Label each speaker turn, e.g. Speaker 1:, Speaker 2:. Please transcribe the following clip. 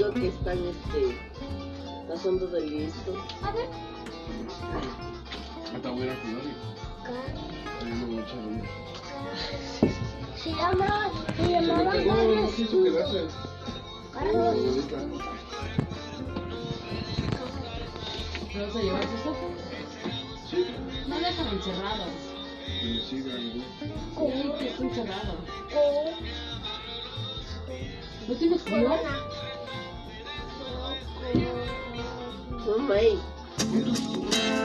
Speaker 1: Estarnecer. Passando da lista.
Speaker 2: A ver.
Speaker 3: Hasta hubiera cuidado y ¿eh? ahí me voy a echar uno.
Speaker 2: Se llama. Se
Speaker 3: Se
Speaker 2: llamaba
Speaker 3: me cayó, no
Speaker 2: Carlos
Speaker 3: quiso
Speaker 2: Tudo.
Speaker 3: quedarse.
Speaker 2: Carlos.
Speaker 4: ¿Los se llevar sus fotos?
Speaker 3: Sí,
Speaker 4: No dejan encerrados.
Speaker 3: sí, sí, grande.
Speaker 4: Sí, que es un cerrado.
Speaker 2: Co-
Speaker 4: ¿No tienes color?
Speaker 2: Corona.
Speaker 1: Mamãe,
Speaker 3: ¿Cuántos?